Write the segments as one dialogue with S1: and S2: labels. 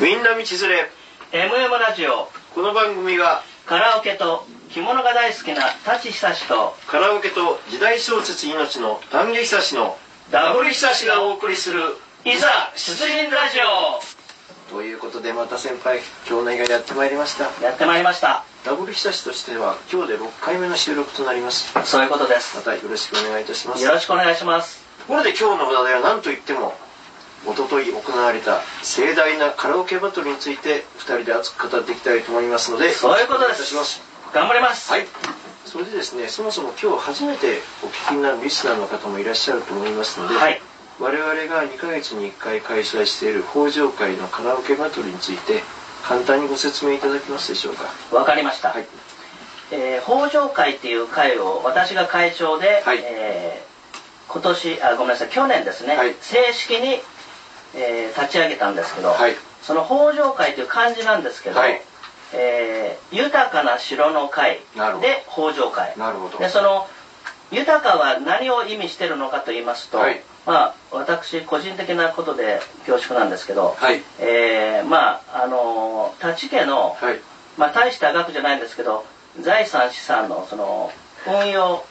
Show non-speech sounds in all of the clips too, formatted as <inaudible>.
S1: みんな道連れ
S2: MM ラジオ
S1: この番組は
S2: カラオケと着物が大好きな舘久志と
S1: カラオケと時代小説命の丹下久志のダブル久志がお送りする
S2: いざ出陣ラジ
S1: ということでまた先輩今日の映画やってまいりました
S2: オやってまいりました
S1: ダブル久志としては今日で6回目の収録となります
S2: そういうことです
S1: またよろしくお願いいたします
S2: よろしくお願いします
S1: ところで今日のお題は何といっても一昨日行われた盛大なカラオケバトルについて2人で熱く語っていきたいと思いますので
S2: そういうこと
S1: お願
S2: です
S1: いいたします
S2: 頑張ります
S1: はいそれでですねそもそも今日初めてお聞きになるリスナーの方もいらっしゃると思いますので、
S2: はい
S1: 我々が2ヶ月に1回開催している北条会のカラオケバトルについて簡単にご説明いただけますでしょうか
S2: わかりました、
S1: はい
S2: えー北条会っていう会を私が会長で、
S1: はい
S2: えー今年あごめんなさい去年ですね、
S1: はい
S2: 正式に、えー立ち上げたんですけど、
S1: はい
S2: その北条会という漢字なんですけど、
S1: はい
S2: えー豊かな城の会
S1: なるほど
S2: で北条会
S1: なるほど
S2: でその豊かは何を意味してるのかと言いますと、
S1: はい
S2: まあ私個人的なことで恐縮なんですけど、
S1: はい
S2: えーまああのー舘家の、
S1: はい
S2: まあ、大した額じゃないんですけど財産資産のその運用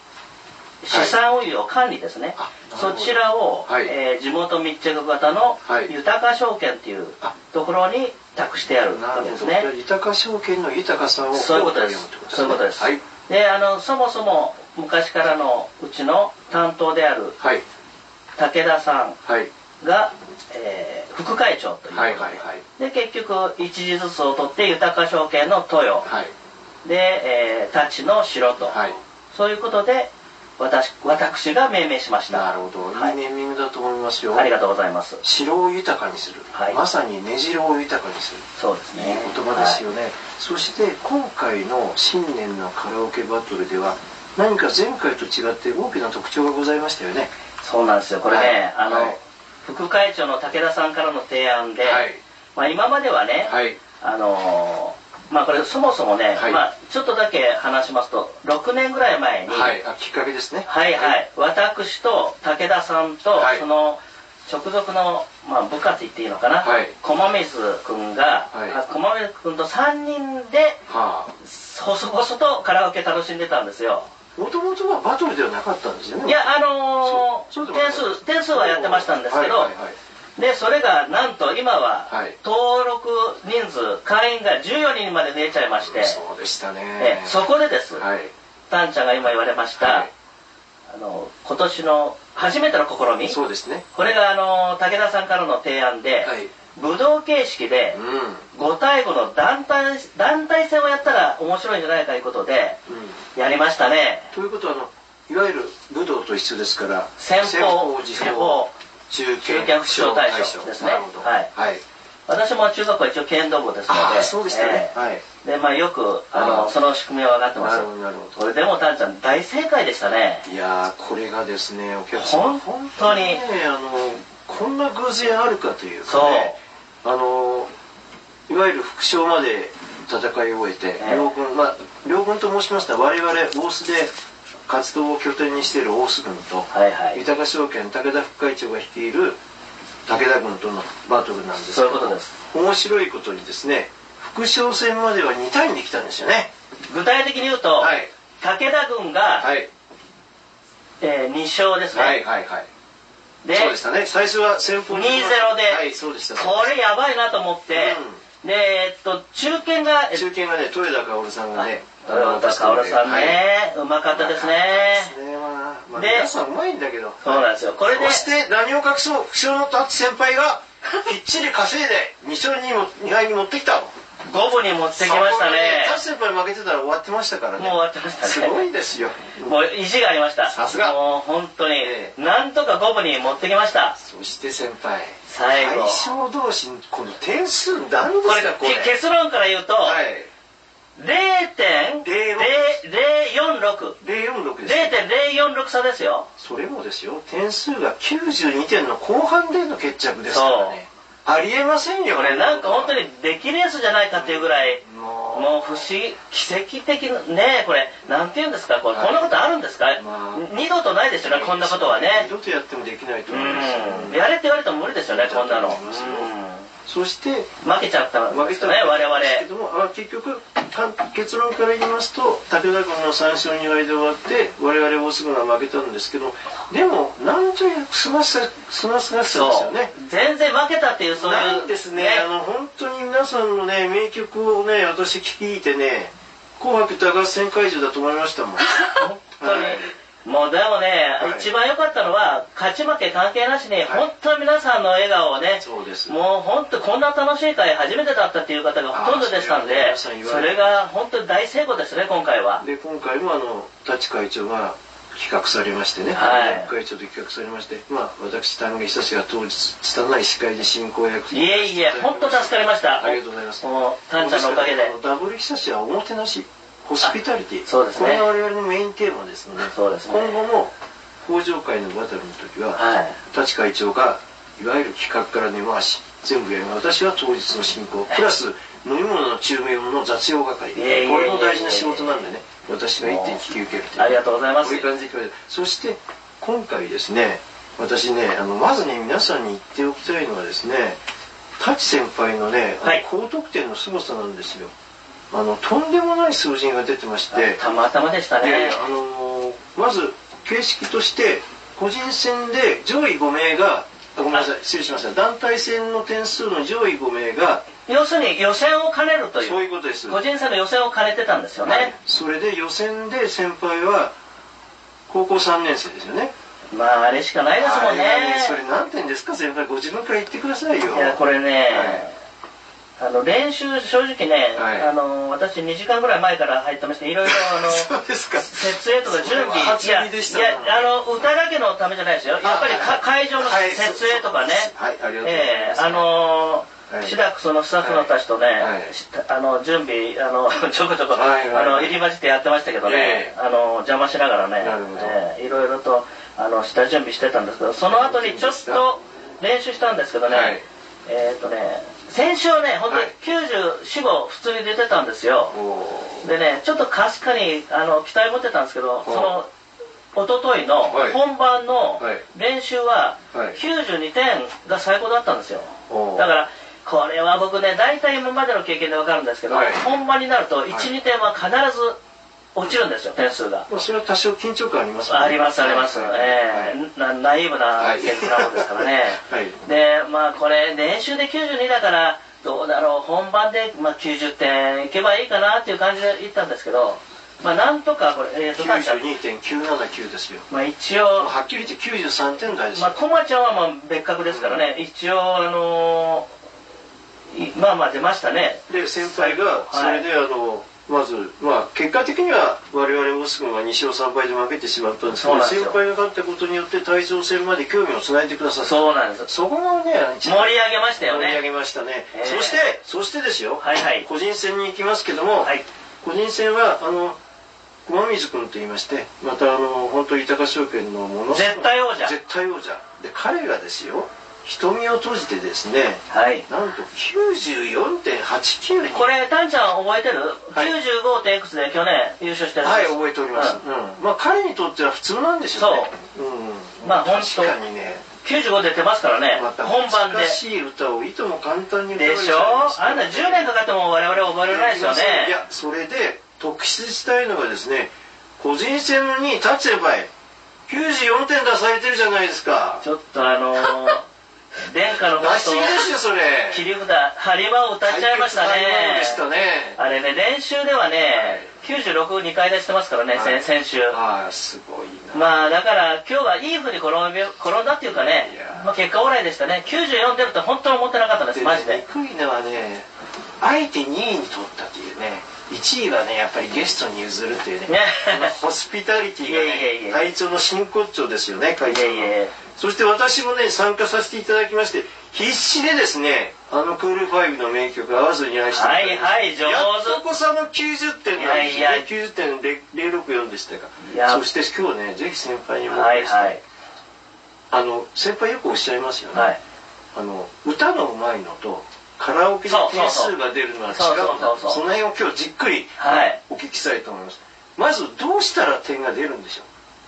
S2: 資産運用管理ですね、
S1: あなるほ
S2: そ
S1: ど
S2: ちらを、
S1: はい
S2: えー地元密着型の
S1: はい
S2: 豊か証券っていう
S1: あ
S2: ところに託してやる
S1: な
S2: わ
S1: る
S2: けで
S1: ほ
S2: す
S1: ど、
S2: ね
S1: じゃあ豊か証券の豊かさを
S2: そういうことです
S1: こ読むって
S2: そういうことです、
S1: はい
S2: であのそもそも昔からのうちの担当である
S1: はい
S2: 武田さ
S1: はい
S2: んが、えー副会長ということで,、
S1: はいはいはい
S2: で結局一時ずつを取って豊か証券の豊、
S1: はい
S2: で、えー、立ちの城と、
S1: はい
S2: そういうことで私私が命名しました
S1: なるほど、
S2: はい
S1: い、いネーミングだと思いますよ
S2: ありがとうございます
S1: 城を豊かにする、
S2: はい
S1: まさに根城を豊かにする
S2: そうです
S1: いい
S2: ね
S1: 言葉ですよね、そして今回の新年のカラオケバトルでは何か前回と違って大きな特徴がございましたよね
S2: はいそうなんですよこれね、
S1: はい
S2: あの、
S1: はい
S2: 副会長の武田さんからの提案で、まあ、今まではね、
S1: はい
S2: あのーまあこれそもそもね、
S1: はい
S2: まあ、ちょっとだけ話しますと6年ぐらい前に、
S1: はいあきっかけですね
S2: はいはい、私と武田さんと、
S1: はい
S2: その直属の、まあ、部下と言っていいのかな、
S1: はい
S2: 駒水君が、
S1: はい
S2: あ駒水君と3人で
S1: はあ
S2: 細々とカラオケ楽しんでたんですよ
S1: もともとはバトルではなかったんですよね
S2: いやあのー
S1: そうそうでも
S2: 点数点数はやってましたんですけど、
S1: はいはいはい
S2: でそれがなんと今は、
S1: はい
S2: 登録人数会員が14人まで増えちゃいまして、
S1: そうでしたね
S2: えそこでです、
S1: はい
S2: タンちゃんが今言われました、
S1: は
S2: あの今年の初めての試み
S1: いそうですね
S2: これがあの武田さんからの提案で、
S1: はい
S2: 武道形式で
S1: う
S2: 5対5の団体団体戦をやったら面白いんじゃないかということで
S1: んうん
S2: やりましたね
S1: ということはあのいわゆる武道と一緒ですから
S2: 先方
S1: 自
S2: 先
S1: 方
S2: 方
S1: 中
S2: 中堅
S1: 堅
S2: 副将大将ですね
S1: なるほど
S2: はい
S1: はい
S2: 私も中学は一応剣道部ですの
S1: あ
S2: で
S1: あそうでしたね、
S2: ええ
S1: はい
S2: でまあよくあ
S1: あ
S2: の
S1: ー
S2: その仕組みは分かってま
S1: なるほど
S2: す
S1: なるほ
S2: これでもタンちゃん大正解でしたね
S1: どいやーこれがですねお客
S2: 本
S1: 様
S2: 当に
S1: ねあのこんな偶然あるかというか、
S2: そう
S1: ね、あのいわゆる副将まで戦いを終えて、
S2: ええ
S1: 両軍まあ両軍と申しましたら我々大須で活動を拠点にしている大須軍と、
S2: はいはい
S1: 豊か証券武田副会長が率いる武田軍とのバトルなんですけ
S2: そうい
S1: ど
S2: うことです
S1: 面白いことにですね副将戦までは2対2できたんですよね
S2: 具体的に言うと、
S1: はい
S2: 武田軍が、
S1: はい
S2: え2勝ですね、
S1: はいはいはい
S2: で
S1: そうでしたね最初は先方
S2: 2-0
S1: に
S2: で
S1: はいそうでした
S2: これやばいなと思って、でえっと中堅がえ
S1: 中堅がね豊田薫さんがね
S2: 豊田薫さん
S1: は
S2: ね、うまかった
S1: い
S2: ですね
S1: ですねまあまあ
S2: で
S1: 皆さんうまいんだけど
S2: そうなんですよこれで
S1: そして何を隠そう副将の達先輩がきっちり稼いで2勝にも2敗に持ってきたと
S2: 五分に持ってきましたね
S1: 達先輩負けてたら終わってましたから
S2: もう
S1: ね
S2: 終わってましたね
S1: すごいですよ
S2: もう意地がありました
S1: さすが
S2: もう本当に、
S1: え
S2: なんとか五分に持ってきました
S1: そして先輩
S2: 最後
S1: 将同士この点数何で
S2: こ
S1: す
S2: れ
S1: かこれ
S2: け結論から言うと、
S1: はい
S2: 0.046
S1: 046です
S2: 0.046差ですよ
S1: それもですよ点数が92点の後半での決着ですからねありえませんよ
S2: これなんか本当に出来レースじゃないかっていうぐらい
S1: もう
S2: もう不思議奇跡的なねこれなんて言うんですかこれ、
S1: はい
S2: こんなことあるんですか、
S1: まあ
S2: 二度とないですよねこんなことはね
S1: 二度とやってもできないと
S2: う
S1: 思いますよ
S2: んやれって言われても無理ですよねこんなの、
S1: だと思いますよ
S2: うん
S1: そして
S2: 負けちゃったん
S1: 負
S2: で
S1: け
S2: す
S1: た
S2: よね我々
S1: んですけどもあ結局か結論から言いますと武田軍の3勝2敗で終わって我々大須軍は負けたんですけどでもなんというすますすますがしさです
S2: そ
S1: よ
S2: う
S1: ね
S2: 全然負けたっていうそういう
S1: なんですねあの本当に皆さんのね名曲をね私聴いてね「紅白歌合戦会場」だと思いましたもん
S2: <laughs> 本当に、
S1: はい
S2: もうでもね、
S1: はい
S2: 一番良かったのは勝ち負け関係なしに、本当に皆さんの笑顔をね
S1: そうです
S2: もう本当こんな楽しい会初めてだったっていう方がほとんどでしたので
S1: あ
S2: そ
S1: そう
S2: れ
S1: ですね皆さん言われて
S2: が本当に大成功ですね今回は
S1: で今回もあの舘会長が企画されましてね、
S2: はい
S1: 会長と企画されまして、まあ、私丹下久志が当日拙い司会で進行役
S2: いえいえ本当助かりました
S1: ありがとうございます
S2: このタンちゃんのおかげで
S1: あのダブル久志はおもてなしホスピタリティ
S2: あそうですね
S1: これが我々のメインテーマですので
S2: そうですね
S1: 今後も工場会のバトルの時は、
S2: はい
S1: 舘会長がいわゆる企画から根回し全部やります私は当日の進行プラス飲み物の注明の雑用係こ
S2: いえいえいえいえ
S1: れも大事な仕事なんでね私が一点引き受けるという
S2: ありがとうございます
S1: こういう感じで決めてそして今回ですね私ねあのまずね皆さんに言っておきたいのはですね舘先輩のね、あの
S2: はい
S1: 高得点の凄さなんですよあのとんでもない数字が出てまして
S2: たまたまでした
S1: いやい
S2: ね
S1: やあのーまず形式として個人戦で上位5名があごめんなさい失礼しました団体戦の点数の上位5名が
S2: 要するに予選を兼ねるという
S1: そういうことです
S2: 個人差の予選を兼ねてたんですよね、
S1: はいそれで予選で先輩は高校3年生ですよね
S2: まああれしかないですもんね
S1: あれがねそれ何点ですか先輩ご自分から言ってくださいよ
S2: いやこれね、あの練習正直ね、
S1: はい
S2: あの私2時間ぐらい前から入ってましていろいろ
S1: <laughs>
S2: あの
S1: そうですか
S2: 設営とか準備
S1: それは初
S2: いや
S1: 耳でした
S2: いやあの歌だけのためじゃないですよやっぱりか
S1: あはい
S2: 会場の
S1: はい
S2: 設営とかね、
S1: はいありがとうござい
S2: え
S1: ま
S2: え
S1: す
S2: あのー
S1: はい
S2: シダックスのスタッフの人たちとね、
S1: はい
S2: しあの準備あの <laughs> ちょこちょこ、
S1: はいはい
S2: あの入り混じってやってましたけどね、
S1: え
S2: あの邪魔しながらね、
S1: なるほど
S2: ええいろいろとあの下準備してたんですけどその後にちょっと練習したんですけどね、
S1: はい
S2: えーっ、とね先週ね本当
S1: はい
S2: に945普通に出てたんですよ、
S1: おー
S2: でねちょっとかすかにあの期待持ってたんですけど、
S1: い
S2: その一昨日の
S1: はい
S2: 本番の
S1: はい
S2: 練習は
S1: はい
S2: 92点が最高だったんですよ、
S1: おー
S2: だからこれは僕ね大体今までの経験で分かるんですけど、
S1: はい
S2: 本番になると12、
S1: はい
S2: 点は必ず落ちるんですよ点数が。
S1: まあそれは多少緊張感ありますよね
S2: ありますあります、
S1: はい
S2: ええなナイーブな
S1: はい
S2: 結果なもんですからね、
S1: はい
S2: でまあこれ練習で92だからどうだろう本番で、まあ、90点いけばいいかなっていう感じでいったんですけどまあなんとかこれえーとなんか
S1: 92.979ですよ
S2: まあ一
S1: もう
S2: 応
S1: はっきり言って93点台です
S2: ま
S1: よ、
S2: あコマちゃんはまあ別格ですからね、一応あのーいまあまあ出ましたね
S1: で先輩がそ
S2: はい
S1: れであの、まず、まあ、結果的には我々オス君は2勝3敗で負けてしまったんですけ
S2: そう
S1: ど
S2: なんです
S1: 先
S2: よ
S1: 輩が勝ったことによって大将戦まで興味をつないでくださった
S2: そうなんです
S1: そこがね一
S2: 盛
S1: 番
S2: り上げましたよ
S1: 盛り上
S2: ね
S1: げましたね、
S2: ええ
S1: そしてそしてですよ、
S2: はいはい
S1: 個人戦に行きますけども、
S2: はい
S1: 個人戦はあの熊水君と言いましてまたあの本当豊証券のものすごい
S2: 絶対王者
S1: 絶対王者で彼がですよ瞳を閉じてですね
S2: はい
S1: なんと94.89に
S2: これ、タンちゃん覚えてる、
S1: はい
S2: ?95 点いくつで去年優勝してるん
S1: はい
S2: です
S1: 覚えております、
S2: う
S1: うんまあ彼にとっては普通なんでしょうねん
S2: まあ本当
S1: 確かにね
S2: 95出てますからね、
S1: また
S2: 本番で。
S1: 難しい歌をいとも簡単に歌
S2: でしょあんな10年かかっても我々覚えられないですよね。
S1: いやそれで特筆したいのがですね個人戦に立てば94点出されてるじゃないですか
S2: ちょっと
S1: <laughs>
S2: あのー、殿下の
S1: 出
S2: 方
S1: し切りですよ
S2: と
S1: それ
S2: 切り札、ハリマを歌っちゃいましたね
S1: 対決なもの。でしたね
S2: あれね、練習ではね、96、2回出してますからね、
S1: は
S2: 先
S1: い
S2: 先週。
S1: ああすごいな、
S2: まあだから今日はいいふうに転び転んだっていうかね
S1: いや、ー
S2: まあ、結果オーライでしたね94出ると本当に思ってなかったですマジで
S1: 憎いのはねあえて2位に取ったというね1位はねやっぱりゲストに譲るというね
S2: ね
S1: あのホスピタリティが
S2: いえいえいえ
S1: ね会長の真骨頂ですよね会長の
S2: いえいえ
S1: そして私もね参加させていただきまして必死でですねあのクールファイブの名曲合わずに愛していただきました
S2: はいはい上手
S1: やっとこさの90点なんです
S2: い
S1: よ
S2: やい
S1: ね
S2: や
S1: 90.064でしたか
S2: いや
S1: そして今日ねぜひ先輩にも、
S2: はいはい
S1: あの先輩よくおっしゃいますよね、
S2: はい
S1: あの歌のうまいのとカラオケの点数が出るのは違うんだ
S2: そうそ
S1: そ
S2: うそうそうそう
S1: の辺を今日じっくり
S2: はい
S1: お聞きしたいと思います、まずどうしたら点が出るんでしょ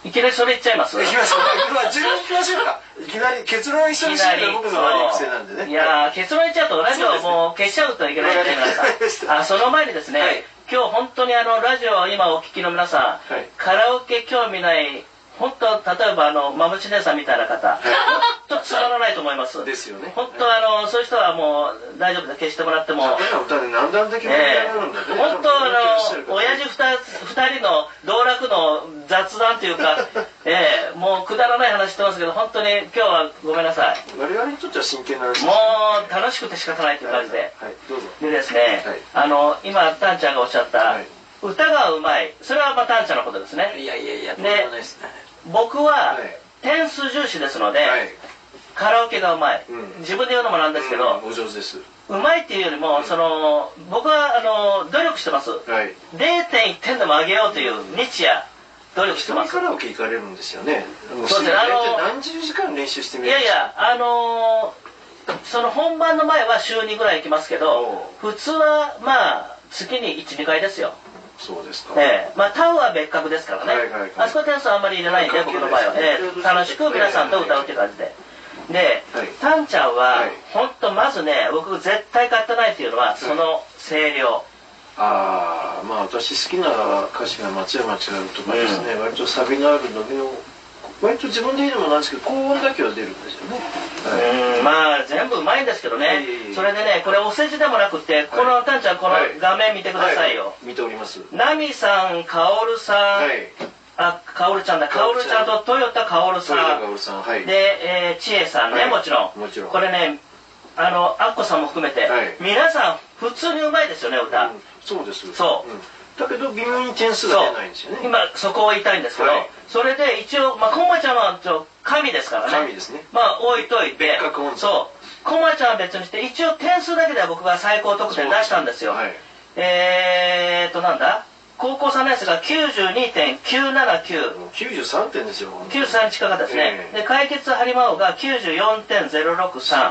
S1: う
S2: いきなりそれ言っちゃいます
S1: いきますか。まあ、自分行きましょうか。いきなり結論一緒にしないと僕の悪い癖なんで
S2: そう
S1: ね。
S2: いやー結論言っちゃうとラジオはもう消しちゃうといけないんで
S1: わ <laughs> かりま
S2: 皆
S1: し
S2: さ
S1: た
S2: んあその前にですね、
S1: はい
S2: 今日本当にあのラジオを今お聞きの皆さん、
S1: はい
S2: カラオケ興味ない本当例えばあのマムチ姉さんみたいな方本当つまらないと思います
S1: ですよね
S2: 本当あのそういう人はもう大丈夫です消してもらっても
S1: 変な歌で何段的に
S2: ええ
S1: なるんだね。
S2: 本当あの親
S1: 父。
S2: 父二つ二人の道楽の雑談とい
S1: <laughs>
S2: うか、ええもうくだらない話してますけど本当に今日はごめんなさい
S1: 我々にとっては真剣な話。
S2: もう楽しくて仕方ないという感じで
S1: はい、どうぞ。
S2: でですね、
S1: はい
S2: あの今タンちゃんがおっしゃった、
S1: はい
S2: 歌がうまいそれはまあタンちゃんのことですね
S3: いやいやいや、とん
S2: ね
S3: でもないですね。
S2: 僕は、
S1: はい
S2: 点数重視ですので、
S1: はい。
S2: カラオケがうまい、
S1: うん
S2: 自分で言うのもなんですけど
S1: うんお上手です。
S2: うま、いっていうよりも、その僕はあの努力してます
S1: はい。
S2: 0.1点でも上げようという日夜努力して
S1: 人
S2: ま
S1: に
S2: す
S1: カラオケ行かれるんですよね。
S2: そうですねあの
S1: 大体何十時間練習してみ
S2: い
S1: るん
S2: やい
S1: ですか。
S2: やあのーその本番の前は週2ぐらい行きますけど普通はまあ月に12回ですよ
S1: そうですか。
S2: ええまあタウは別格ですからね、
S1: はいはいはい
S2: あそこは点数あんまり入れないんで
S1: あ
S2: 僕の場合は、
S1: 関係ない
S2: え
S1: ですね
S2: え楽しく皆さんと歌うっていう感じでで、
S1: はい
S2: タンちゃんは、
S1: はい
S2: 本当まずね僕絶対買ってないっていうのはその声量、
S1: ああ、まあ私好きな歌手が松山千春とかですね、割とサビのある伸びの、割と自分で言うのもなんですけど、高音だけは出るんですよね。
S2: うんまあ全部うまいんですけどね、
S1: はいはいはい
S2: それでねこれお世辞でもなくってこの、
S1: はい
S2: タンちゃんこの
S1: はい
S2: 画面見てください
S1: は
S2: よ、
S1: 見ております。
S2: ナミさん、カオルさん、
S1: はい。
S2: あ、カオルちゃんだ、カオルちゃんとトヨタカオル
S1: それだ
S2: さ
S1: かおさん、はい。
S2: ん、で、えー、チエさんね、
S1: はい
S2: もちろん。
S1: もちろん
S2: これね、あの、アッコさんも含めて、
S1: はい
S2: 皆さん、普通にうまいですよね、
S1: う
S2: 歌。
S1: んそうです。
S2: そう
S1: うんだけど微妙に点数
S2: そ
S1: が
S2: う
S1: 出ないんですよね。
S2: 今、そこを言いたいんですけど、
S1: はい
S2: それで一応、まあ、コマちゃんはちょ神ですからね。
S1: 神ですね。
S2: まあ、置いといて
S1: 別格温、度
S2: そう。コマちゃんは別にして、一応点数だけでは僕は最高得点出したんですよ。
S1: はい。
S2: えーっと、なんだ高校3年生が92.979。
S1: もう93点ですよ。
S2: 93近かったですね、
S1: ええ
S2: で解決ハリマオが94.063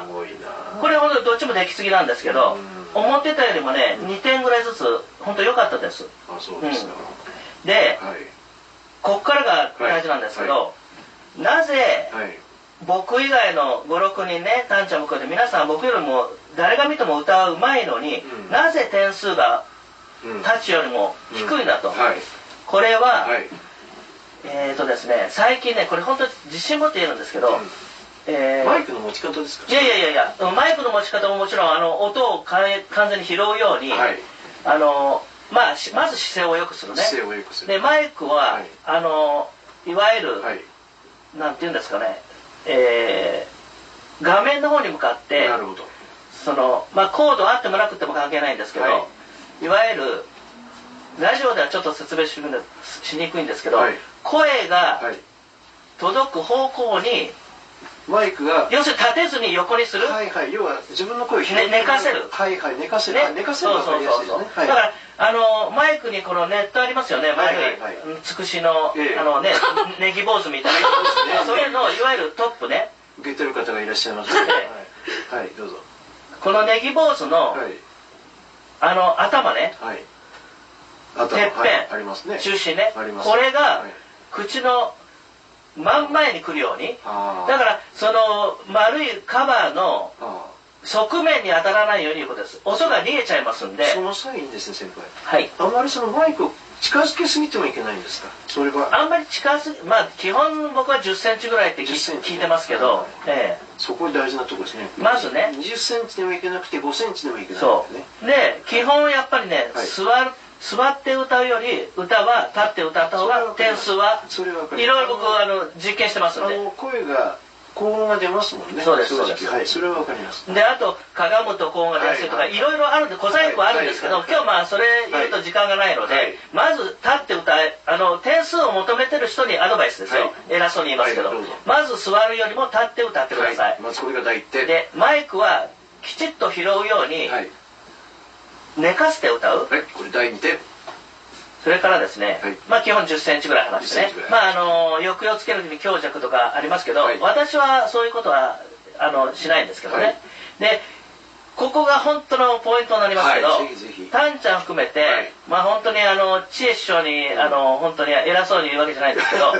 S1: すごいな。
S2: これほどどっちも出来すぎなんですけど
S1: うん
S2: 思ってたよりもね2点ぐらいずつ本当良かったです
S1: あ、そうですか。
S2: で
S1: はい。
S2: こっからが大事なんですけど、なぜ
S1: はい。
S2: 僕以外の56人ねタンちゃんも含めて皆さん僕よりも誰が見ても歌うまいのに、
S1: うん
S2: なぜ点数が
S1: うん
S2: タッチよりも低いんだと、
S1: はい。
S2: これは、
S1: はい。
S2: えーとですね最近ねこれ本当自信持って言えるんですけど、えー
S1: マイクの持ち方ですか
S2: いやいやいやいや、マイクの持ち方ももちろんあの音をかえ完全に拾うように、
S1: はい。
S2: あのまあ、しまず姿勢を良くするね。
S1: 姿勢を良くする。
S2: でマイクは、
S1: はい
S2: あのいわゆる、
S1: はい。
S2: なんて言うんですかね、えー画面の方に向かって
S1: なるほど。
S2: その、まあ、コードあってもなくても関係ないんですけど、、
S1: はい
S2: わゆるラジオではちょっと説明しにくいんでしにくいんですけど、
S1: はい
S2: 声が
S1: はい。
S2: 届く方向に、
S1: マイクが。
S2: 要するに立てずに横にする。
S1: はいはい。要は自分の声を拾
S2: ね寝かせる
S1: はいはい。寝かせる。あ
S2: ね、
S1: 寝かせるわかりやすいです
S2: そうそうそ
S1: ねは
S2: うそう。
S1: い
S2: だからあのマイクにこのネットありますよね、
S1: はい
S2: マイク
S1: はいはい
S2: うんつくしの、
S1: ええ
S2: あ
S1: <laughs>
S2: のねネギ坊主みたいな
S1: そうですね
S2: そういうのをいわゆるトップね
S1: 受けてる方がいらっしゃいますので。
S2: ね
S1: はい。はい。どうぞ。
S2: このネギ坊主の、
S1: はい。
S2: あの頭ね
S1: はい。あ
S2: てっぺん
S1: はいありますね。
S2: 中心ね
S1: あります。
S2: これが
S1: はい
S2: 口の真ん前に来るように
S1: あ
S2: だ
S1: ー
S2: からその丸いカバーの
S1: あ
S2: 側面に当たらないようにいうことです音が逃げちゃいますんで
S1: ー。その際にですね、先輩。
S2: はい
S1: あんまりそのマイクを近づけすぎてもいけないんですか。それは。
S2: あんまり近すぎまあ基本僕は1 0ンチぐらいって聞
S1: 10
S2: 聞いてますけど、
S1: はい
S2: ええ
S1: そこ大事なとこですね。
S2: まずね
S1: 20センチでもいけなくて5センチでもいけないんだよ
S2: そ
S1: ね。
S2: うで基本やっぱりね、
S1: はい
S2: 座る座って歌うより歌は立って歌った方が点数は
S1: それはわかる
S2: いろいろ僕あの実験してますん
S1: あ
S2: で
S1: の声が高音が出ますもんね
S2: そうです
S1: 正直
S2: そうです
S1: はいそれはわかります
S2: であとかがむと高音が出やすいとか、
S1: はいいはい
S2: ろいろあるんで小細工はあるんですけど、
S1: はいはい
S2: 今日まあそれ言うと時間がないので、
S1: はい
S2: まず立って歌えあの点数を求めてる人にアドバイスですよ、
S1: はい
S2: 偉そうに言いますけど,、
S1: はいどうぞ
S2: まず座るよりも立って歌ってください、
S1: まずこれが第一点
S2: でマイクはきちっと拾うように
S1: はい
S2: 寝かせて歌う、
S1: はいこれ第二点
S2: それからですね、
S1: はい
S2: まあ基本1 0ンチぐらい離して
S1: 10セン
S2: ね
S1: チぐらい
S2: まああの抑揚つける時に強弱とかありますけど、
S1: はい
S2: 私はそういうことはあのしないんですけどね、
S1: はい
S2: でここが本当のポイントになりますけど、
S1: はいぜひぜひ
S2: タンちゃん含めて、
S1: はい <laughs>
S2: まあ本当にあの知恵師匠にあの本当に偉そうに言うわけじゃないんですけど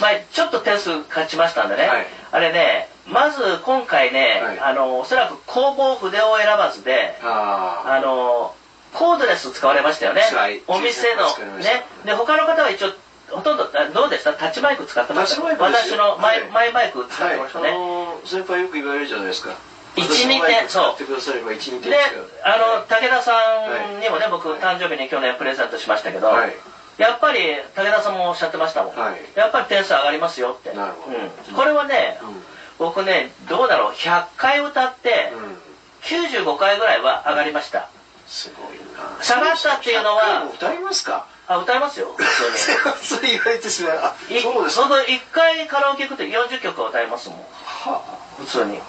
S2: まあ、ちょっと点数勝ちましたんでね、
S1: はい
S2: あれね、まず今回ね、
S1: はい
S2: あのおそらく工房筆を選ばずで、
S1: あ
S2: あのコードレス使われましたよね
S1: はい、
S2: お店の
S1: 使いました
S2: ね、で他の方は一応、ほとんど、あどうでした、タッチマイク使ってました、
S1: タッチマイクです
S2: 私
S1: よ
S2: のマイ,、
S1: はい
S2: マイマイク使
S1: は
S2: っ
S1: い、
S2: てましたね。
S1: あの先輩よく言われるじゃないですか
S2: 一
S1: 私の
S2: 二点
S1: マイク使
S2: そう
S1: ってくだされば12点
S2: で、あの、武田さんにもね、
S1: はい
S2: 僕、
S1: はい
S2: 誕生日に去年プレゼントしましたけど、
S1: はい
S2: やっぱり武田さんもおっしゃってましたもん、
S1: はい
S2: やっぱり点数上がりますよって
S1: なるほど
S2: うんこれはね、
S1: うん
S2: 僕ねどうだろう100回歌って
S1: うん
S2: 95回ぐらいは上がりました、
S1: すごいな
S2: 下がったっていうのは
S1: 100回も歌いますか
S2: あ歌いますよ
S1: <laughs> そう言われてしまうあ
S2: 普通にい
S1: そうですか
S2: の1回カラオケ行くと40曲は歌いますもん
S1: は
S2: 普通に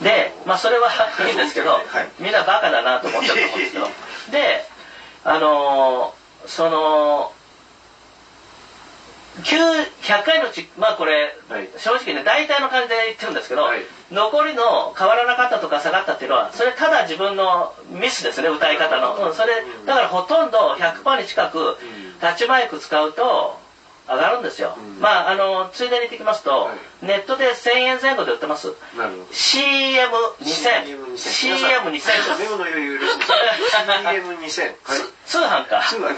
S2: でまあ
S1: <laughs>
S2: それはいいんですけど、
S1: はい
S2: みんなバカだなと思ってると思うんで
S1: <laughs>
S2: すけどであのーその900回のうちまあこれ、
S1: はい
S2: 正直ね大体の感じで言ってるんですけど、
S1: はい
S2: 残りの変わらなかったとか下がったっていうのはそれただ自分のミスですね歌い方の、うん、それだからほとんど100%に近くタッチマイク使うと上がるんですよ、
S1: うん
S2: まああのついでに言ってきますと、
S1: は
S2: ネットで1000円前後で売ってます
S1: あなるほど
S2: CM2000
S1: 皆
S2: CM2000 です
S1: さんメモの余裕です CM2000 はい
S2: つ通販か
S1: すぐあげ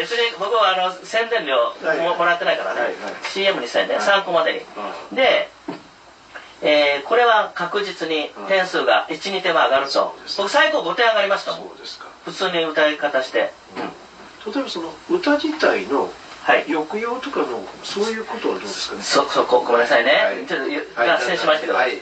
S2: 別に僕はあの宣伝料
S1: はい
S2: ももらってないからね、
S1: はいはい
S2: CM2000 ね、
S1: はい
S2: 参考までに、
S1: う
S2: で、えーこれは確実に点数が12点は上がると
S1: そうです
S2: 僕最高5点上がりましたもん
S1: そうですか
S2: 普通に歌い方して、
S1: 例えばその歌自体の
S2: はい
S1: 抑揚とかのそういうことはどうですかね
S2: そそこごめんなさいね、
S1: はい
S2: ちょっとゆ
S1: はい
S2: 脱線しましたけど、
S1: はい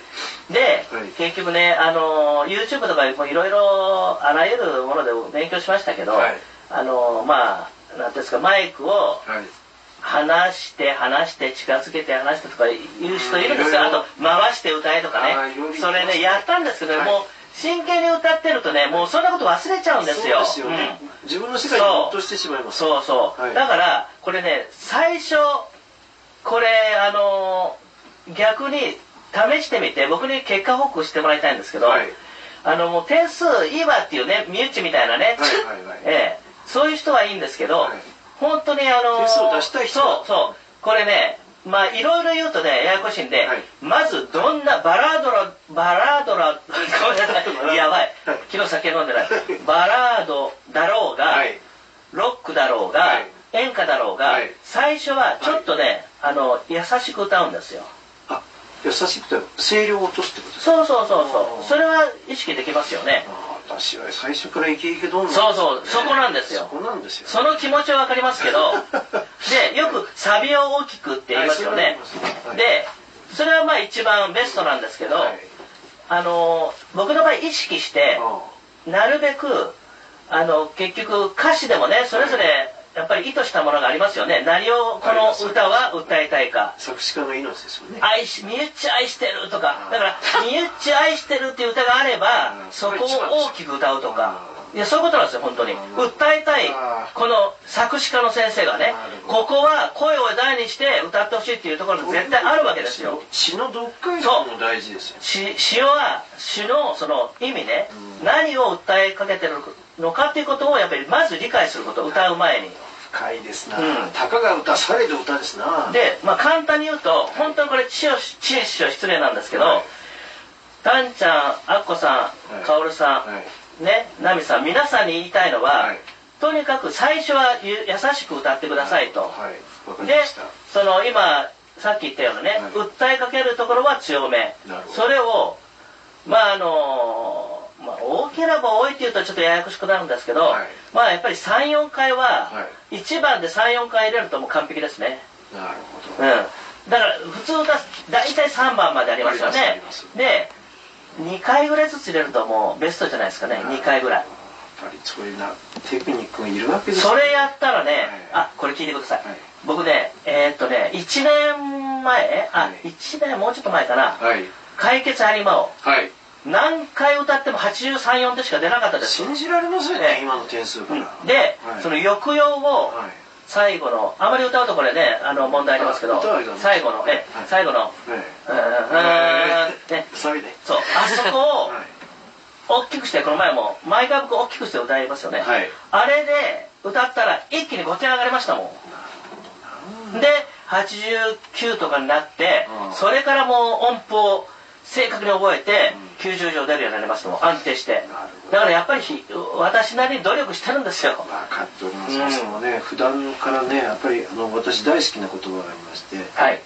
S2: で、
S1: はい
S2: 結局ね、あの YouTube とかいろいろあらゆるもので勉強しましたけど、
S1: はい
S2: あのまあなんていうんですかマイクを
S1: はい
S2: 離して離して近づけて離してとか言う人いるんですよ、
S1: うん
S2: あと回して歌えとか
S1: あーい
S2: ね
S1: ろいろ
S2: それねやったんですけど、ね
S1: はい
S2: もう真剣に歌ってるとねもうそんなこと忘れちゃうんですよ
S1: そうですよね
S2: うん
S1: 自分の世界に没頭してしまいます
S2: そうそう、
S1: はい
S2: だからこれね最初これあの逆に試してみて僕に結果報告してもらいたいんですけど、
S1: はい
S2: あのもう点数いいわっていうね身内みたいなね、
S1: はいはいはい
S2: ええそういう人はいいんですけど、
S1: はい
S2: 本当にあの
S1: 点数を出したい人
S2: そうそうこれねまあいろいろ言うとねややこしいんで、
S1: はい
S2: まずどんなバラードラバラードラごめんなさいやばい
S1: はい
S2: 昨日酒飲んでないバラードだろうが、
S1: はい
S2: ロックだろうが、
S1: はい
S2: 演歌だろうが、
S1: はい
S2: 最初はちょっとね、あの優しく歌うんですよ
S1: あ優しくて声量を落とすってことですか
S2: そうそうそう
S1: あ
S2: そ
S1: ー
S2: うそれは意識できますよね
S1: ああ私は最初からイケイケどんな
S2: そうそうそこなんですよ
S1: そこなんですよ
S2: その気持ちは分かりますけ
S1: <laughs>
S2: どでよくサビを大きくって言いますよね、
S1: はいそれはありますねはい
S2: でそれはまあ一番ベストなんですけど、
S1: はい
S2: あの僕の場合意識して
S1: あ
S2: なるべくあの結局歌詞でもねそれぞれやっぱり意図したものがありますよね何をこの歌は歌いたいか
S1: あ作詞家の命ですよね
S2: 愛し「みゆっち愛してる」とか
S1: あー
S2: だから「みゆっち愛してる」っていう歌があれば
S1: うん
S2: そこ
S1: それ
S2: を
S1: 一番です
S2: 大きく歌うとか
S1: あ
S2: いやそういうことなんですよ本当に
S1: あー
S2: 訴えたい
S1: あー
S2: この作詞家の先生がね
S1: なるほ
S2: こ
S1: ど
S2: こは声を大にして歌ってほしいっていうところが絶対あるわけですよ
S1: 詩の読解力も大事ですよね
S2: 詩詩は詩のその意味ね、
S1: うん
S2: 何を訴えかけてるのかっていうことをやっぱりまず理解すること歌う前に
S1: 深いですな、
S2: うん
S1: たかが歌されど歌ですな
S2: で、まあ、簡単に言うと本当にこれ知恵を知恵師匠失礼なんですけど、
S1: はい
S2: タンちゃん、アッコさ
S1: はい
S2: ん、カオルさん、
S1: はい
S2: ね、ナミさん、皆さんに言いたいのは、
S1: はい
S2: とにかく最初はゆ優しく歌ってくださいと。
S1: はいわかり
S2: で
S1: ました、
S2: その今、さっき言ったようなね、
S1: はい
S2: 訴えかけるところは強め
S1: なる。ほど
S2: それを、まああの、まあ、大きな棒多いっていうとちょっとややこしくなるんですけど、
S1: はい
S2: まあやっぱり3、4回
S1: は
S2: は、1番で3、4回入れるともう完璧ですね。
S1: なるほど、
S2: うん、だから普通だ大体3番までありますよ
S1: あり
S2: ね
S1: ますあります
S2: で2回ぐらいずつ入れるともうベストじゃないですかね2回ぐら
S1: や
S2: い
S1: っぱりそういうなテクニックがいるわけですね
S2: それやったらね、
S1: はい
S2: あこれ聞いてください、
S1: はい
S2: 僕ねえーっとね1年前あ、
S1: はい
S2: 1年もうちょっと前かな
S1: はい
S2: 「解決有馬」を
S1: はい
S2: 何回歌っても834でしか出なかったです、
S1: 信じられませんね、
S2: ええ
S1: 今の点数か
S2: う
S1: ら、
S2: んで、
S1: はい
S2: その抑揚を
S1: はい
S2: 最後のあまり歌うとこれねあの問題ありますけど
S1: あ歌はいらない
S2: 最後のね、
S1: はい
S2: 最後の
S1: え
S2: うーんね
S1: えサビで
S2: そうあそ
S1: <laughs>
S2: こを
S1: はい
S2: 大きくしてこの前も毎回僕大きくして歌いますよね、
S1: はい
S2: あれで歌ったら一気に5点上がりましたもんで89とかになって、
S1: うん
S2: それからもう音符を正確に覚えて
S1: う
S2: 90以上出るようになりますもん安定して
S1: なるほど
S2: だからやっぱりひ私なりに努力してるんですよ
S1: 分かっております、
S2: うん
S1: そのね普段からねやっぱりあの私大好きな言葉がありまして
S2: はい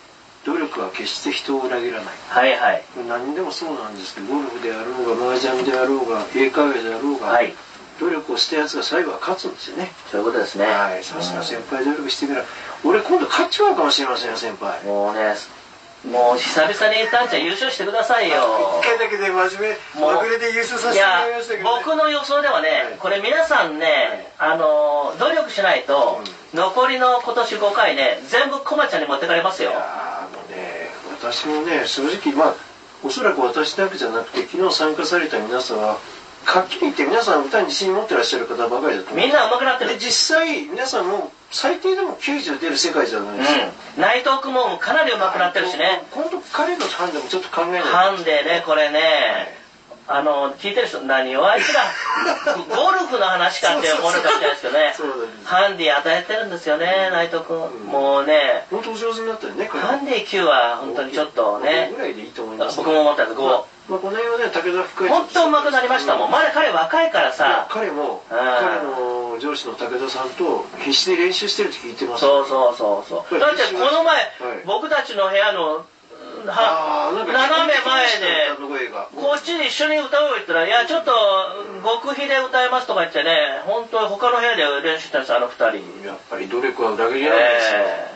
S1: 努力は決して人を裏切らない
S2: はいはい
S1: これ何でもそうなんですけどゴルフであろうが麻雀であろうが英会話であろうが、
S2: はい
S1: 努力をしたやつが最後は勝つんですよね
S2: そういうことですね
S1: はいさすが先輩努力してみら俺今度勝っちまうかもしれませんよ先輩
S2: もうねもう久々にタンちゃん優勝してくださいよ
S1: 一回だけで真面目
S2: もう
S1: まぐれで優勝さ
S2: い
S1: せても
S2: や
S1: らいましたけど、ね、
S2: 僕の予想ではね、
S1: はい
S2: これ皆さんね、あの努力しないと、残りの今年5回ね全部コマちゃんに持ってかれます
S1: い
S2: よ
S1: やーあのね私もね正直まあおそらく私だけじゃなくて昨日参加された皆さんははっきり言って皆さん歌に自信持ってらっしゃる方ばかりだと思う
S2: みんな上手くなってる
S1: で実際皆さんも最低でも90出る世界じゃないですか、
S2: うん内藤君もかなり上手くなってるしね
S1: 今度彼の判断もちょっと考えないと
S2: ハンでねこれね、あの聞いてる人何をあいつら
S1: <laughs>
S2: ゴルフの話かって思うかもしれないですけどね
S1: そうなんです
S2: ハンディ与えてるんですよね内藤君、
S1: ん
S2: もうね
S1: 本当お上手になったよね彼
S2: ハンディ9は本当にちょっとね
S1: 5ぐらいでいいと思います
S2: 僕も思ったんです
S1: ま
S2: 5
S1: あまあこの辺はね武田副会長
S2: 本当上手くなりましたもんまだ彼若いから
S1: いや
S2: さ
S1: 彼も
S2: うん
S1: 彼の上司の武田さんと必死で練習してるって聞いてます
S2: そうそうそうそうだってこの前、
S1: はい
S2: 僕たちの部屋のは
S1: あーなんか
S2: 斜め前
S1: 聞こえてきました歌の声
S2: で
S1: が
S2: こっちに一緒に歌おうよ言ったら「いやちょっと極秘で歌います」とか言ってね本当に他の部屋で練習したんですあの二人
S1: やっぱり努力は裏切らないですよ、
S2: え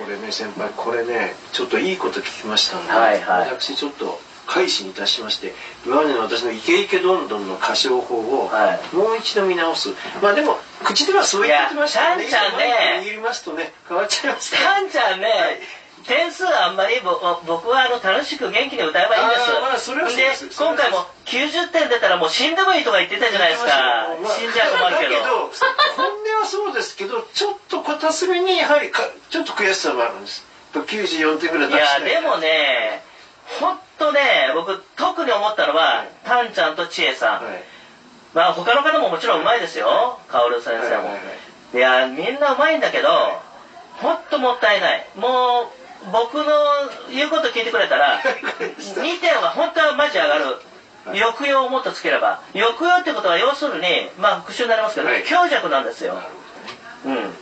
S1: うんこれね先輩これねちょっといいこと聞きましたので、
S2: はいはい
S1: 私ちょっと開始にいたしまして今までの私のイケイケどんどんの歌唱法を
S2: は
S1: もう一度見直す、まあでも口ではそう言ってました
S2: いやシャンち
S1: 一度
S2: ゃんね
S1: マイク握りますとね変わっちゃいますから
S2: カンちゃんね、点数あんまりぼ僕はあの楽しく元気に歌えばいいんです
S1: あーまあそれはそうです
S2: で今回も90点出たらもう死んでもいいとか言ってたじゃないですか
S1: まあ
S2: 死んじゃ困るけど
S1: だけど本音はそうですけどちょっと片隅にやはりかちょっと悔しさもあるんですやっぱ94点ぐらい
S2: い
S1: 出した
S2: やでもね本当ね僕特に思ったのは、
S1: はい
S2: タンちゃんと千恵さん、
S1: はい
S2: まあ他の方ももちろんうまいですよ薫先生も、
S1: はいはい
S2: いやみんなうまいんだけど、ほんともったいないもう僕の言うこと聞いてくれ
S1: <laughs>
S2: たら2点は本当はマジ上がる
S1: はい
S2: 抑揚をもっとつければ抑揚ってことは要するにまあ復習になりますけど、
S1: はい
S2: 強弱なんですよ
S1: なるほ
S2: うん、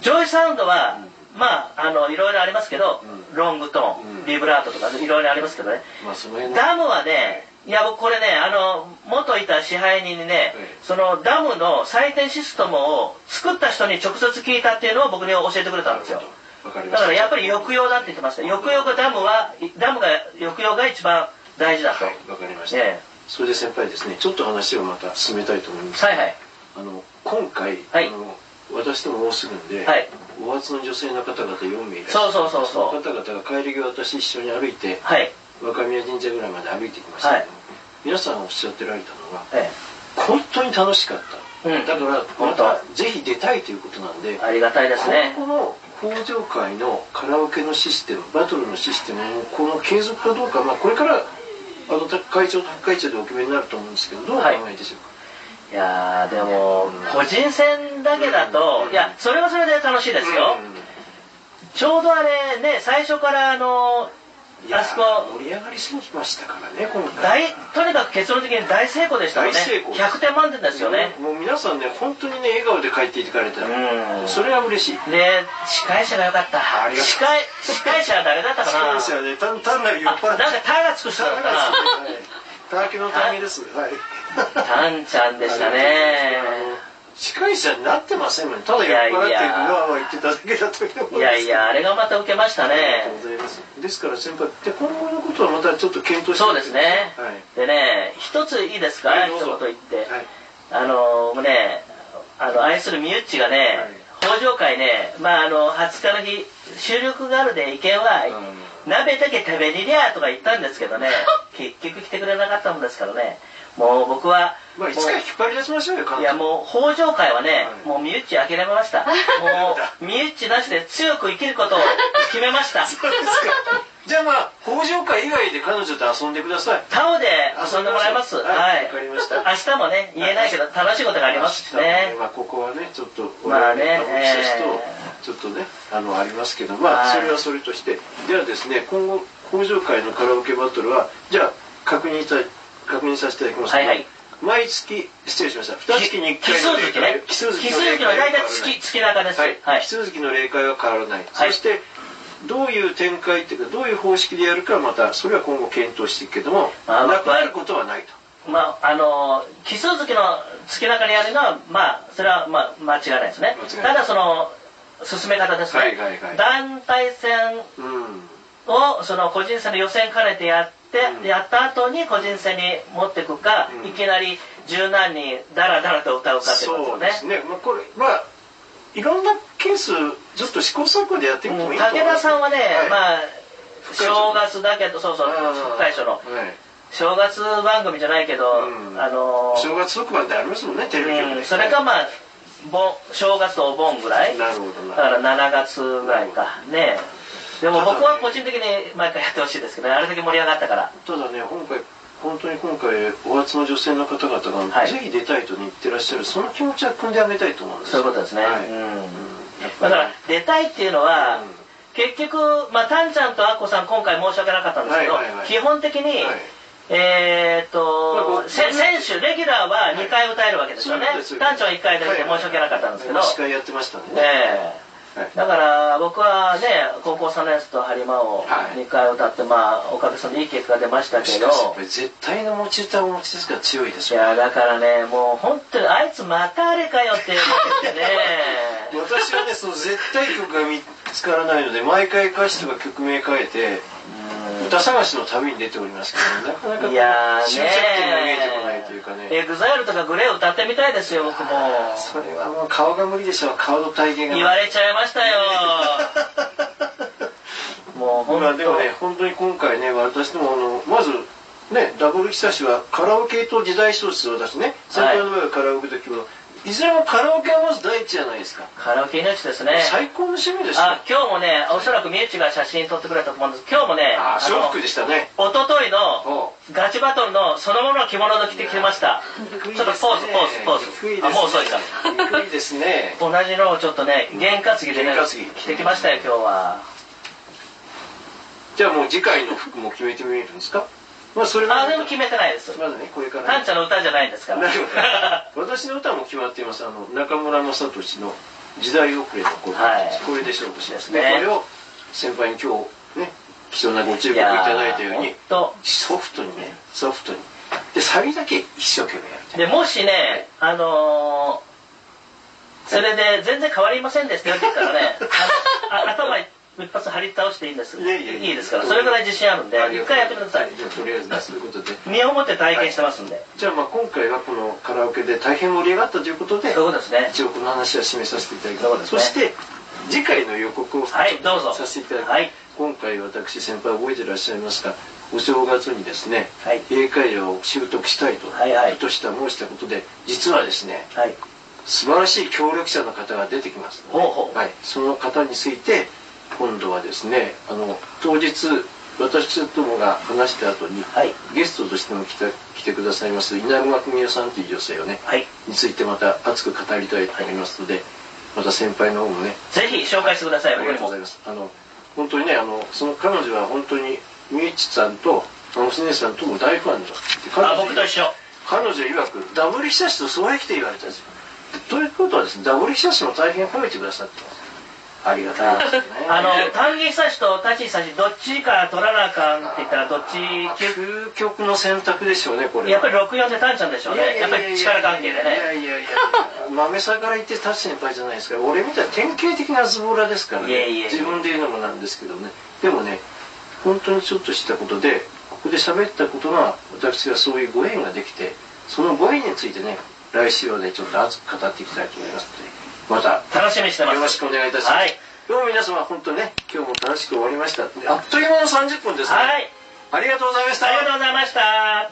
S2: ジョイサウンドは、まああのいろいろありますけど、
S1: う
S2: ロングトーン、
S1: うん
S2: ビブラートとかいろいろありますけどね、
S1: どまあその辺の
S2: ダムはねいや僕これねあの元いた支配人にね、
S1: うん
S2: そのダムの採点システムを作った人に直接聞いたっていうのを僕に教えてくれたんですよ
S1: わかりま
S2: だ
S1: した
S2: からやっぱり抑揚だって言ってました抑揚がダムはダムが抑揚が一番大事だと、
S1: はいわかりました、
S2: え
S1: それで先輩ですねちょっと話をまた進めたいと思いま
S2: え
S1: す、
S2: はいはい
S1: あの今回、
S2: はい
S1: あの私とももうすぐんで、
S2: はい
S1: お初の女性の方々4名いらっしゃ
S2: そ
S1: る
S2: うそうそうそう
S1: の方々が帰り際私一緒に歩いて
S2: はい
S1: 若宮神社ぐらいまで歩いてきましたけど、
S2: はい
S1: 皆さんがおっしゃってられたのが
S2: え
S1: 本当に楽しかった、
S2: うん
S1: だから
S2: 本
S1: ま
S2: 当
S1: たぜひ出たいということなんで
S2: えありがたいですね
S1: 今後の工場会のカラオケのシステムバトルのシステムのこの継続かどうか、まあ、これからあの会長と副会長でお決めになると思うんですけどどうお考えでしょうか、
S2: いやーでも個人戦だけだと、
S1: うん
S2: いやそれはそれで楽しいですよ、ちょうどあれね最初からあの
S1: いや
S2: あそこ
S1: 盛り上がりすぎましたからね今回
S2: 大とにかく結論的に大成功でしたもんね
S1: 大成功です
S2: 100点満点ですよね
S1: もう皆さんね本当にね笑顔で帰っていってかれたら、
S2: うん
S1: それは嬉しい
S2: で司会者が良かった
S1: ありがとう
S2: 司会司会者は誰だったか
S1: そう
S2: な
S1: ですよね単単なる酔っ
S2: あ
S1: 払
S2: な
S1: っ
S2: んか
S1: て
S2: タがつく人だったな
S1: たけのためですはい
S2: タンちゃんでしたね
S1: 司会者になってませんもんねただ酔っ払って
S2: いやいや
S1: わーわー言ってただけだと思うんですけど
S2: いやいやあれがまた受けましたね
S1: ありがとうございますですから先輩で今後のことはまたちょっと検討して
S2: そうですね、
S1: はい
S2: でね一ついいですか、
S1: はいど
S2: 一
S1: うぞ
S2: 言言って、
S1: はい
S2: あのもうねあの愛する身内がね、北条会ねまああの20日の日収録があるで意見は、
S1: う
S2: 鍋だけ食べにりゃとか言ったんですけ
S1: <laughs>
S2: どね結局来てくれなかったもんですからねもう僕は
S1: まあいつか引っ張り出しましょうよ
S2: もう
S1: 監
S2: いや
S1: <laughs> 督
S2: もう北条会はね、
S1: はい
S2: もう身内諦
S1: <laughs> <laughs>
S2: めましたもう身内なしで強く生きることを決めました
S1: そうですかじゃあまあ、工場会以外で彼女と遊んでください。
S2: タオで遊んでもらいます。
S1: 遊んでくださいはいわかりました
S2: 明日もね、言えないけど、楽しいことがありますね。
S1: まあ、ここはね、ちょっと、
S2: まあね
S1: 我々の私たちと、ちょっとね、あの、ありますけど、まあ、
S2: はい
S1: それはそれとして、ではですね、今後、工場会のカラオケバトルは、じゃあ、確認したい、確認させていただきます
S2: はいはい。
S1: 毎月、失礼しました。二月に1
S2: 奇
S1: 回
S2: 数月ね。
S1: 奇
S2: 奇
S1: 数
S2: 数
S1: 月
S2: 月
S1: の例
S2: の
S1: 会
S2: 大
S1: は
S2: 体月、月中です。
S1: はい、
S2: はい
S1: 引き。続きの例会は変わらない、
S2: はい
S1: そしてどういう展開っていうかどういう方式でやるかはまたそれは今後検討していくけども
S2: あ
S1: なくなることはないと
S2: まあ、あの、奇数月の月中にやるのは、まあ、それは、まあ、間違いないですね
S1: 間違いな。い
S2: ただ、その、進め方ですね。
S1: はいはいはい
S2: 団体戦
S1: うん
S2: を、その、個人戦の予選兼ねてやって、
S1: うん
S2: やった後に個人戦に持っていくか、
S1: うん
S2: いきなり柔軟にダラダラと歌うかってこと
S1: そう
S2: で
S1: ですす
S2: ね。
S1: ね、まあ、これまあいろんなケースちょっと試行錯誤でやってみてもいいと思い
S2: 武
S1: ま
S2: 田
S1: す
S2: さんはね、
S1: はい
S2: まあ、
S1: 副会長
S2: 正月だけど、そうそう、副会長の。
S1: はい
S2: 正月番組じゃないけど、
S1: うん
S2: あのー
S1: 正月特番ってありますもんねテレビ局で、
S2: うんそれかまあ盆正月とお盆ぐらい
S1: な
S2: だ
S1: るほどな
S2: から7月ぐらいかねでも
S1: ただね
S2: 僕は個人的に毎回やってほしいですけどねあれだけ盛り上がったから
S1: ただね今回本当に今回お集まり女性の方々が、
S2: はい
S1: ぜひ出たいと言ってらっしゃるその気持ちは汲んであげたいと思うんです
S2: そう
S1: よ
S2: いうことですね、
S1: はい
S2: うん
S1: やっぱ
S2: だ
S1: り
S2: から出たいっていうのは、
S1: うん
S2: 結局、まあ、タンちゃんとアッコさん今回申し訳なかったんですけど、
S1: はいはいはい
S2: 基本的に、
S1: はい
S2: えーっ
S1: まあ
S2: と、
S1: 僕
S2: せ選手レギュラーは2回歌えるわけですよね、
S1: そういうこと
S2: タンちゃんは1回だけで申し訳なかったんですけど、
S1: 司会やってましたんでね。
S2: ねえ
S1: はい
S2: だから僕はね高校3年生と播磨を
S1: はい
S2: 2回歌って、まあおかげさまでいい結果が出ましたけ
S1: し
S2: ど
S1: かしやっぱり絶対の持ち歌をお持ちですから強いで
S2: い
S1: すよ。
S2: やだからねもう本当にあいつまたあれかよって思っててね
S1: 私はね、その絶対曲が見つからないので、毎回歌詞とか曲名変えて、歌探しの旅に出ておりますけど、なかなかこう
S2: いやー
S1: 終着
S2: ね
S1: 点が見えてこないというかね。
S2: エグザイルとかグレー歌ってみたいですよ僕も
S1: それはもう顔が無理でしょう。顔の体型が。
S2: 言われちゃいまし
S1: <laughs>
S2: たよもう本
S1: まあ
S2: 当
S1: でもね、本当に今回ね、私どもあの、まず、ね、ダブル久しはカラオケと時代小説を出すね、先輩の場合はカラオケと希望、い、ずれもカラオケはまず第一じゃないですか。
S2: カラオケ命ですね
S1: 最高の趣味ですよ。
S2: あ今日もねおそらくみゆちが写真撮ってくれたと思うんです今日もね
S1: あー、
S2: あ
S1: シ
S2: の
S1: ョックでしたね。
S2: 一昨日の
S1: お
S2: ガチバトルのそのものの着物の着てきましたちょっとポーズポーズポーズあもう遅いか
S1: か。低いですね。
S2: 同じのをちょっとね験担ぎでね
S1: 験担ぎ
S2: 着てきましたよ今日は
S1: じゃあもう次回の服も決めてみるんですかまあそれは
S2: あでも決めてないです
S1: まだね、これからね、
S2: タンちゃんの歌じゃないんですから
S1: <laughs> なるほど私の歌も決まっていますあの中村雅俊の「時代遅れの子」
S2: はい
S1: これで勝負します
S2: です
S1: ね
S2: ね
S1: これを先輩に今日ね貴重なご注目い
S2: やー
S1: ただいたように
S2: ほん
S1: ソフトにねソフトにでサビだけ一生懸命やる
S2: とでもしねあのーそれで全然変わりませんでしたよって言ったらね
S1: <laughs>
S2: あのあ頭一発張り倒していいんです
S1: いやいやいや
S2: ですからそれぐらい自信あるんで
S1: ありが
S2: 一
S1: とうござ
S2: 回
S1: いま
S2: やっ
S1: す
S2: てください
S1: じゃあとりあえずねそういうことで
S2: 身をもって体験してますんで、
S1: じゃあまあ今回はこのカラオケで大変盛り上がったということで
S2: そういうことですね
S1: 一応この話は締めさせていただき
S2: そう
S1: ま
S2: ですす
S1: そ
S2: ね
S1: して次回の予告を
S2: はいどうぞ
S1: させていただきます、
S2: はい
S1: 今回私先輩覚えてらっしゃいますかお正月にですね、
S2: はい
S1: 英会話を習得したいと、
S2: はいはい
S1: とした申したことで実はですね
S2: はい
S1: 素晴らしい協力者の方が出てきます
S2: ほうほう
S1: はい、その方について今度はですねあの当日私どもが話した後に、
S2: はい
S1: ゲストとしても来て来てくださいます稲川邦代さんという女性をね
S2: はい
S1: についてまた熱く語りたいと思いますので、また先輩の方もね
S2: ぜひ紹介してください、
S1: あり
S2: 僕
S1: が
S2: に
S1: とうご
S2: も
S1: ざい。ますあの本当にねあのその彼女は本当にみゆちさんと娘さんとも大ファンだで彼
S2: あ、
S1: 女
S2: 僕と一緒。
S1: 彼女曰くダブル久しとそうやきて言われたんですよということはですねダブル久しも大変褒めてくださってますありがたいですね
S2: <laughs> あの、丹下久志と舘久志、どっちから取らなあかんって言ったら、どっち、
S1: 究極の選択でしょうねこれは
S2: やっぱり64でタンちゃんでしょう
S1: いやいや
S2: ね。や
S1: いや
S2: っぱ
S1: いや
S2: り力関係で
S1: いや
S2: ね。
S1: いやいや豆さから言って舘先輩じゃないですから俺みたいな典型的なズボラですからね
S2: いやいやいや
S1: 自分で言うのもなんですけどねでもね本当にちょっとしたことでここで喋ったことが私がそういうご縁ができてそのご縁についてね来週はねちょっと熱く語っていきたいと思いますのでまた
S2: 楽しみにしてます。
S1: よろしくお願いいたします、
S2: はい
S1: どうも皆様本当ね今日も楽しく終わりましたあっという間の30分ですね、
S2: はい。
S1: ありがとうございました
S2: ありがとうございました。